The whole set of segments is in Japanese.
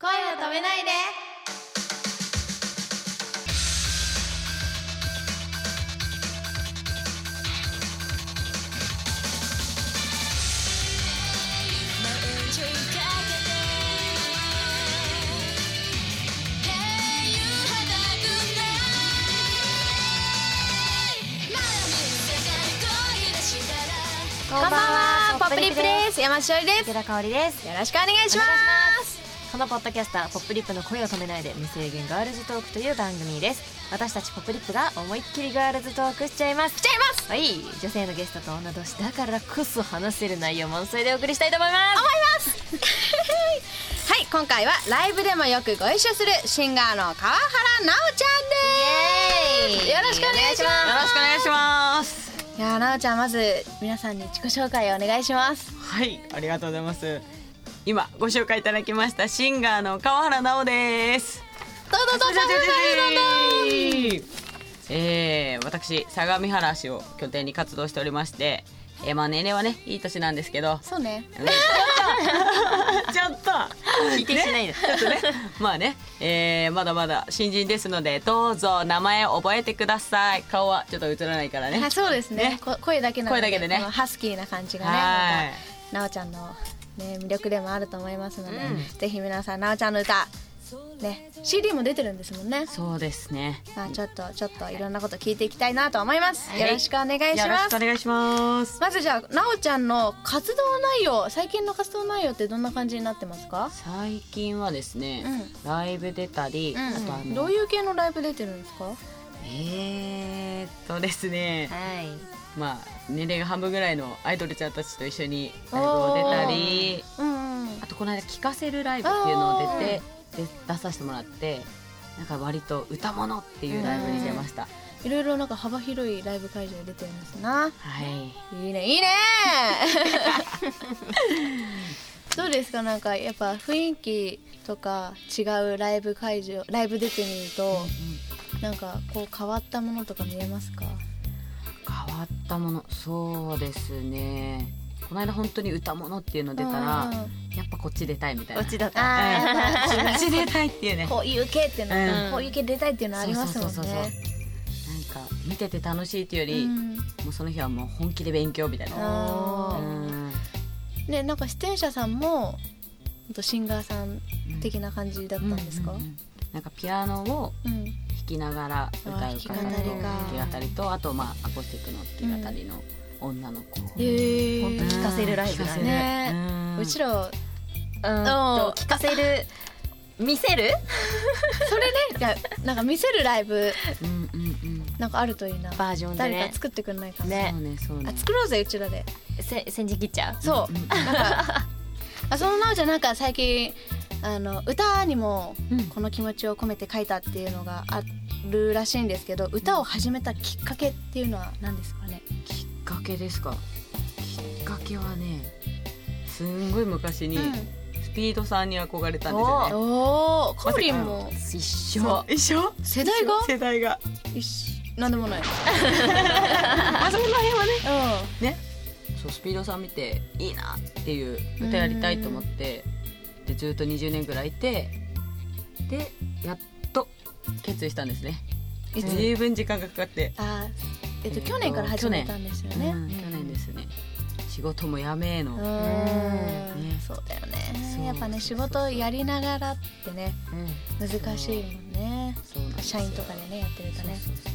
声を止めないでこんばんはポップリップです山下りです池田香織ですよろしくお願いしお願ますこのポッドキャスター「ポップリップの声を止めないで未成年ガールズトーク」という番組です私たちポップリップが思いっきりガールズトークしちゃいますしちゃいますはい女性のゲストと女同士だからこそ話せる内容満載でお送りしたいと思いますはい今回はライブでもよくご一緒するシンガーの川原奈緒ちゃんですイエーイよろしくお願いしよまろしくお願いしますすいやー奈緒ちゃんまず皆さんに自己紹介をお願いしますはい、ありがとうございます。今ご紹介いただきましたシンガーの川原奈緒です。どうぞどうぞどうぞどうぞえー、私相模原市を拠点に活動しておりまして、えー、まあ年齢はねいい年なんですけ ど、そうねうんちょっと否定しないで、ちょっとね、まあね、えー、まだまだ新人ですのでどうぞ名前を覚えてください。顔はちょっと映らないからねあ。そうですねねこ声だけなので声だけでねこのハスキーな感じがねはいまた奈緒ちゃんの、ね、魅力でもあると思いますので、うんぜひ皆さん奈緒ちゃんの歌ね CD も出てるんですもんねそうですね。まあちょっとちょっといろんなこと聞いていきたいなと思います、はいよろしくお願いしよろましすくお願いします。まずじゃあなおちゃんの活動内容最近の活動内容ってどんな感じになってますか、最近はですね、うライブ出たり、あとあうん、のどういう系のライブ出てるんですかえー、っとですね、はいまあ年齢が半分ぐらいのアイドルちゃんたちと一緒にライブを出たりうんうんあとこの間聴かせるライブっていうのを出てで出させてもらってなんか割と歌物っていうライブに出ました、いろいろなんか幅広いライブ会場に出てるんですなはいいいね いいねどうですかなんかやっぱ雰囲気とか違うライブ会場ライブ出てみると、なんかこう変わったものとか見えますか変わったものそうですねこの間本当に歌物っていうの出たら、うんうんやっぱこっち出たいみたいこなっちだったあーうんこっち出たいっていうねこういう系っていうのは、うんこういう系出たいっていうのはありますもんねそうそうそうそうなんか見てて楽しいっていうより、うんもうその日はもう本気で勉強みたいな。あうんーねなんか出演者さんもほんとシンガーさん的な感じだったんですか、ううんんうんうんなんかピアノを弾きながら歌うあ方ーき弾と語りか弾き語りとあとまあアコースティックの弾き語りの女の子。えー本当聞かせるライブだね聞かせるねうんうちらうんおーと聞かせる見せるそれねいやなんか見せるライブうんうんうん。なんかあるといいなバージョンで誰ねか作ってくんないかな、ねそうねそうねあ。作ろうぜうちらでせ先陣切っちゃうそう、うんなんかあそのなおちゃんなんか最近あの歌にもうんこの気持ちを込めて書いたっていうのがあるらしいんですけど歌を始めたきっかけっていうのは何ですかねきっかけですか。きっかけはね、すんごい昔にスピードさんに憧れたんですよね。おおかおりんも一そ緒う一緒世代が世代が。一緒なんで もないまあその辺はね。うそうスピードさん見ていいなっていう歌やりたいと思ってでずっと20年ぐらいいてでやっと決意したんですねんいつ、随分時間がかかって、あーえっとえっと去年から始めたんですよねうん去年ですね仕事もやめえの、ううんーんねそうだよそうねやっぱね仕そうそう事やりながらってね難しいもんねそうなんですよ社員とかでねやってるとねそうそうそうそう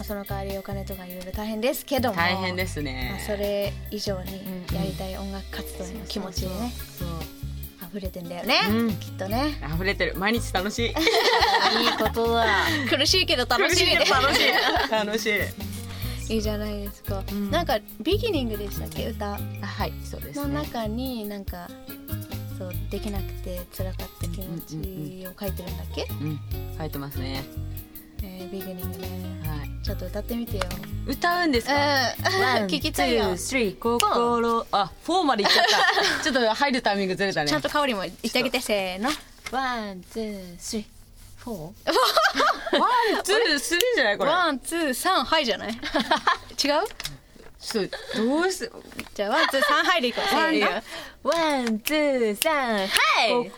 まあ、その代わりお金とかいろいろ大変ですけども大変ですまあ、ね、それ以上にうんやりたい音楽活動への気持ちでねそう溢れてんだよね、うんきっとね溢れてる毎日楽しいいいことだ苦しいけど楽しいね楽しい楽しいいいじゃないですか、んなんかビギニングでしたっけ歌あはいそうですのね中になんかそうできなくて辛かった気持ちを書いてるんだっけ、うん書いてますねえービギニングねはいちょっと歌ってみてよ歌うんですか、うん聞きたいよ One, two, three 心あフォーまでいっちゃった ちょっと入るタイミングずれたねちゃんと香りも言ってあげてせーのワン、ツー、スリー、フォー。ワンツースリーじゃないこれワンツーサンはいじゃない違うちょっとどうしてじゃあワンツー三入りいこうせーのワンツーサンはい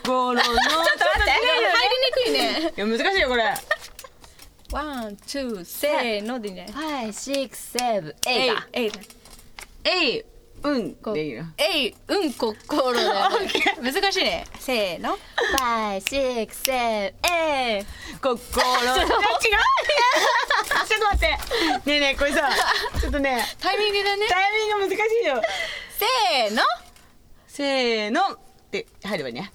心のちょっと待入りにくいねいや難しいよこれワンツーせーのでいいんじゃない5、6、7、8だえいだえいうんこでいいのえいうんこころだよ難しいねせーの5、6、7、8心違う ちょっと待ってねえねえこれさちょっとねタイミングだねタイミング難しいよせーのせーのって入ればいいね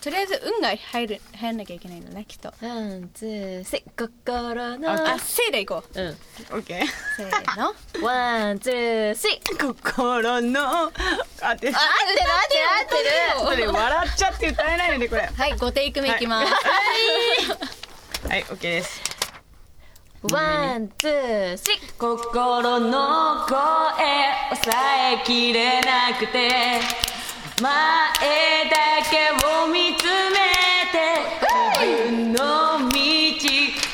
とりあえず運が入る入らなきゃいけないんだねきっとワン、ツー、セ心のあせーでいこううんオッケーせーのワン、ツー、スリー 心のあてちょあっ合ってる合ってる合とね笑っちゃって歌えないのでこれはい5テイク目いきますはいオッケーですってるワン、ツー、スリー心の声抑えきれなくて前だけを見つめて自分の道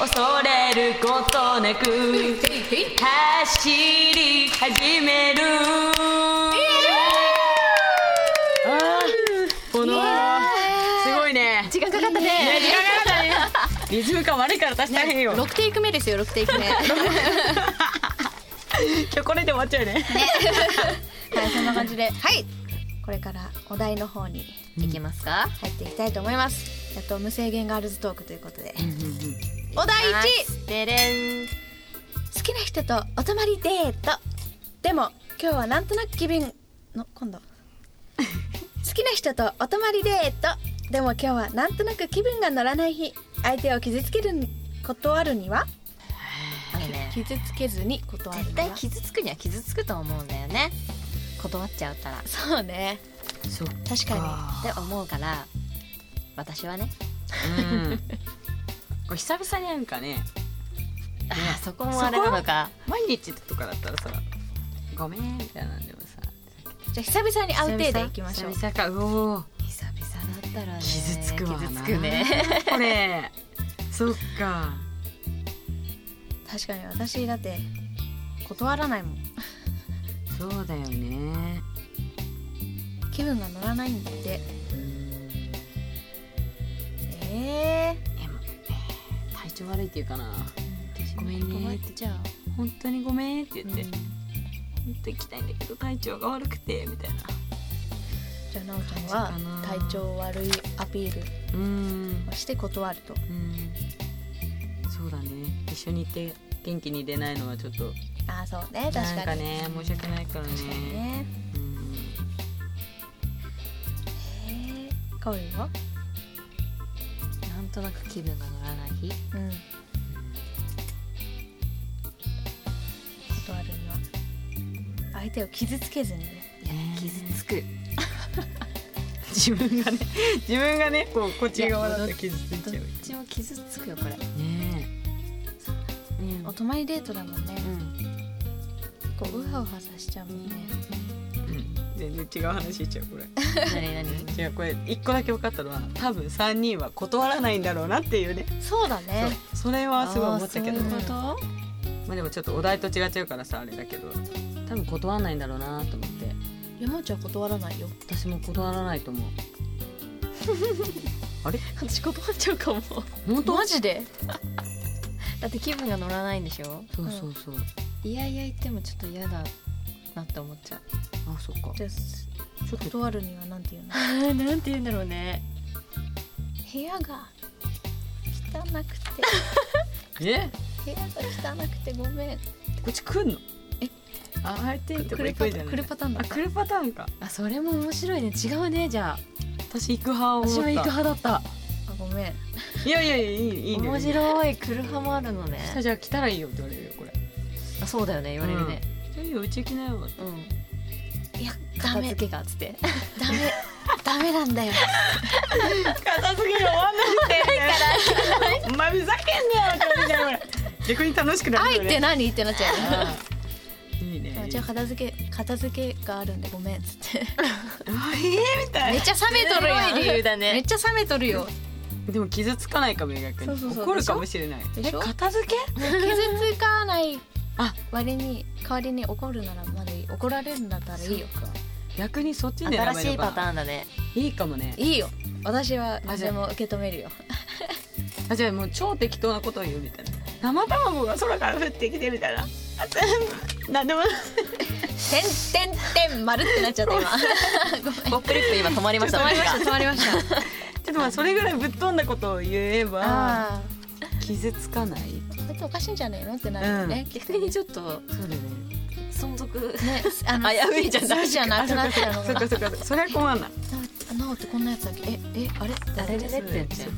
恐れることなく走り始めるあーこのすごいね時間かかったいやね時間かかったねリズム感悪いから私大変よ6テイク目ですよ6テイク目 は今日これで終わっちゃうねいそんな感じではいこれからお題の方にいけますか入っていきたいと思いますやっと無制限ガールズトークということでお題1てれん好きな人とお泊まりデートでも今日はなんとなく気分の今 度好きな人とお泊まりデートでも今日はなんとなく気分が乗らない日相手を傷つける断るにはあのね傷つけずに断る絶に対は傷つくには傷つくと思うんだよね断っちゃったらっそうねそっ確かて思うから私はねうんこれ久々に会うかねあーそこもあれなのか毎日とかだったらさ「ごめん」みたいなんでもさにじゃあ久々に会う程度いきましょう久々かうおー久々だったらね傷つくわな傷つくねこれそっか確かに私だって断らないもんそうだよね気分が乗らないんでうんえでもえー体調悪いっていうかうなんごめんねごめんって じゃあ本当にごめんって言って、うん本当に行きたいんだけど体調が悪くてみたいなー、じゃあ奈緒ちゃんは体調悪いアピールうんをして断るとうんそうだね一緒にいて元気に出ないのはちょっとあーそうね確かになんかね申し訳ないからね確かにねうんへえかおりんはなんとなく気分が乗らない日うん断るには相手を傷つけずにね傷つく自 分がね自分がねこうこっち側だと傷つどいっちゃうちも傷つくよこれねえうんお泊まりデートだもんねうんこうウハウハさしちゃうもんね全然違う話しちゃうこ れ何何違うこれ一個だけ分かったのは多分三人は断らないんだろうなっていうねそうだねそうそれはすごい思ったけどあーそういうこまあでもちょっとお題と違っちゃうからさあれだけど多分断らないんだろうなと思って山内は断らないよ私も断らないと思うあれ私断っちゃうかも本当マジでだって気分が乗らないんでしょそうそうそういやいや言ってもちょっと嫌だなって思っ ちゃうあそっかじゃちょっあと断るにはなんて言うのなんて言うんだろうね部屋が汚く てえ部屋が汚くてごめんこっち来んのえあ相手って来これる行くパじターゃンな来るパターンだいあった来るパターンかあそれも面白いね違うねじゃあ私行く派を思っ私たは行く派だったあごめんいやいやいやいいいいんだよ面白い来る派もあるのね明日じゃあ来たらいいよって言われるよこれあそうだよね言われるね来たらいいようち来なうよん、いや片付けがっつってだダメダメなんだよ片付けが終わんないってお前ふざけんなよって感じだよこれ逆に楽しくなる愛よってね何ってなっちゃうよねああいいねじゃあ片付け片付けがあるんでごめんっつってあええみたい めっちゃ冷めとるやんすごい理由だねめっちゃ冷めとるよでも傷つかないかも逆にそうそうそう怒るかもしれないでしょ片付け傷つかないあ割に代わりに怒るならまだいい怒られるんだったらいいよ逆にそっち狙えば新しいパターンだねいいかもねいいよ私は何でも受け止めるよあじゃあもう超適当なことを言うみたいな生卵が空から降ってきてみたいなあ 何でもない「てんてんてん丸」ってなっちゃった 今ポップリップ今止まりました止まりました止まりました ちょっとまあそれぐらいぶっ飛んだことを言えばあ傷つかないあこいつおかしいんじゃねえのってなるよね、逆にちょっとそうだね存続ね、あのあやべえじゃない好きじゃなくなっちゃうのそっがかそっかそっかそれは困んないなおってこんなやつだっけええあれあれれれってやつそやう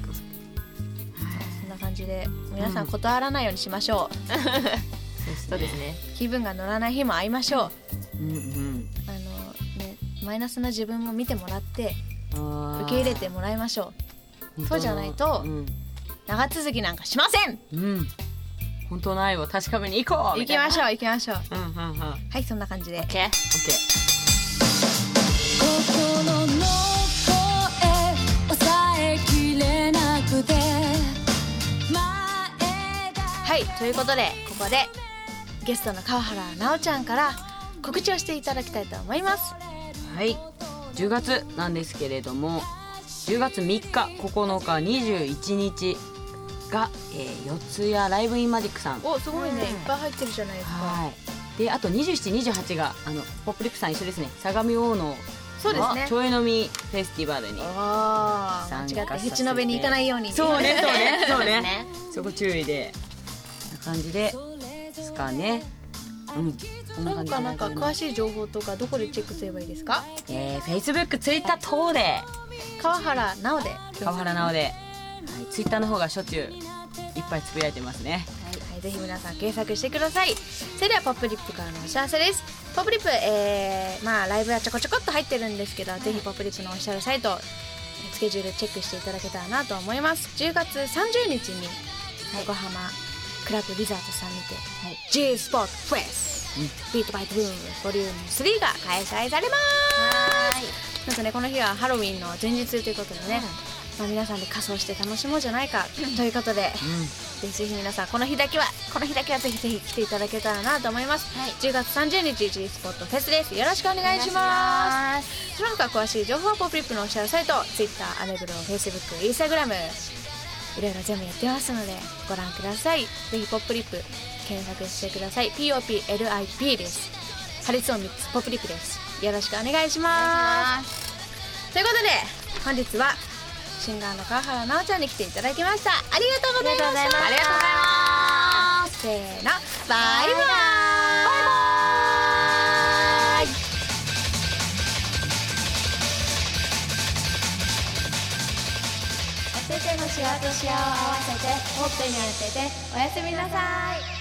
そんな感じで皆さん断らないようにしましょそうですねう、気分が乗らない日も会いましょううんうんあのねマイナスな自分も見てもらってあー受け入れてもらいましょ本当のそうじゃないとうんう長続きなんかしませんうん本当の愛を確かめに行こう行きまししょう行きましょうょうんうんうんオッはいそんな感じでケーケー心の声抑えきれなくて前だはいということでここでゲストの川原奈緒ちゃんから告知をしていただきたいと思いますはい10月なんですけれども10月3日9日21日が、えー、四ツ谷ライブインマジックさんおすごいねうんいっぱい入ってるじゃないですかはいであと2728があのポップリップさん一緒ですね相模大野そうですねのちょい飲みフェスティバルにああ間違って淵の辺に行かないようにそうねそそ うねそううねねそこ注意でこんな感じでですかねうんこなんかなんか詳いしい情報とかどこでチェックすればいいですかえー、Facebook、Twitter 等で川原奈緒で川原直で、はい、ツイッターの方がしょっちゅういっぱいつぶやいてますねはい、はい、ぜひ皆さん検索してくださいそれではポップリップからのお知らせですポップリップ、えーまあライブはちょこちょこっと入ってるんですけど、ぜひポップリップのオフィシャルサイトスケジュールチェックしていただけたらなと思います10月30日に横浜クラブリザートさんにて、G スポーツフェス、ビートバイトブームボリューム3が開催されますなんかねこの日はハロウィンの前日ということでね、まあ、皆さんで仮装して楽しもうじゃないかということで、ぜひぜひ皆さんこの日だけはこの日だけはぜひぜひ来ていただけたらなと思います、10月30日 G スポットフェスですよろしくお願いしますその他詳しい情報はポップリップのおっしゃるサイト Twitter アメブロ FacebookInstagram いろいろ全部やってますのでご覧くださいぜひポップリップ検索してください POPLIP です破裂音ミックスポップリップですよろしくお願いしますということで本日はシンガーの川原奈緒ちゃんに来ていただきましたありがとうござありがといましたうございますせーのバイバイバイバイお手手のしわとしわを合わせてほっぺに当てておやすみなさい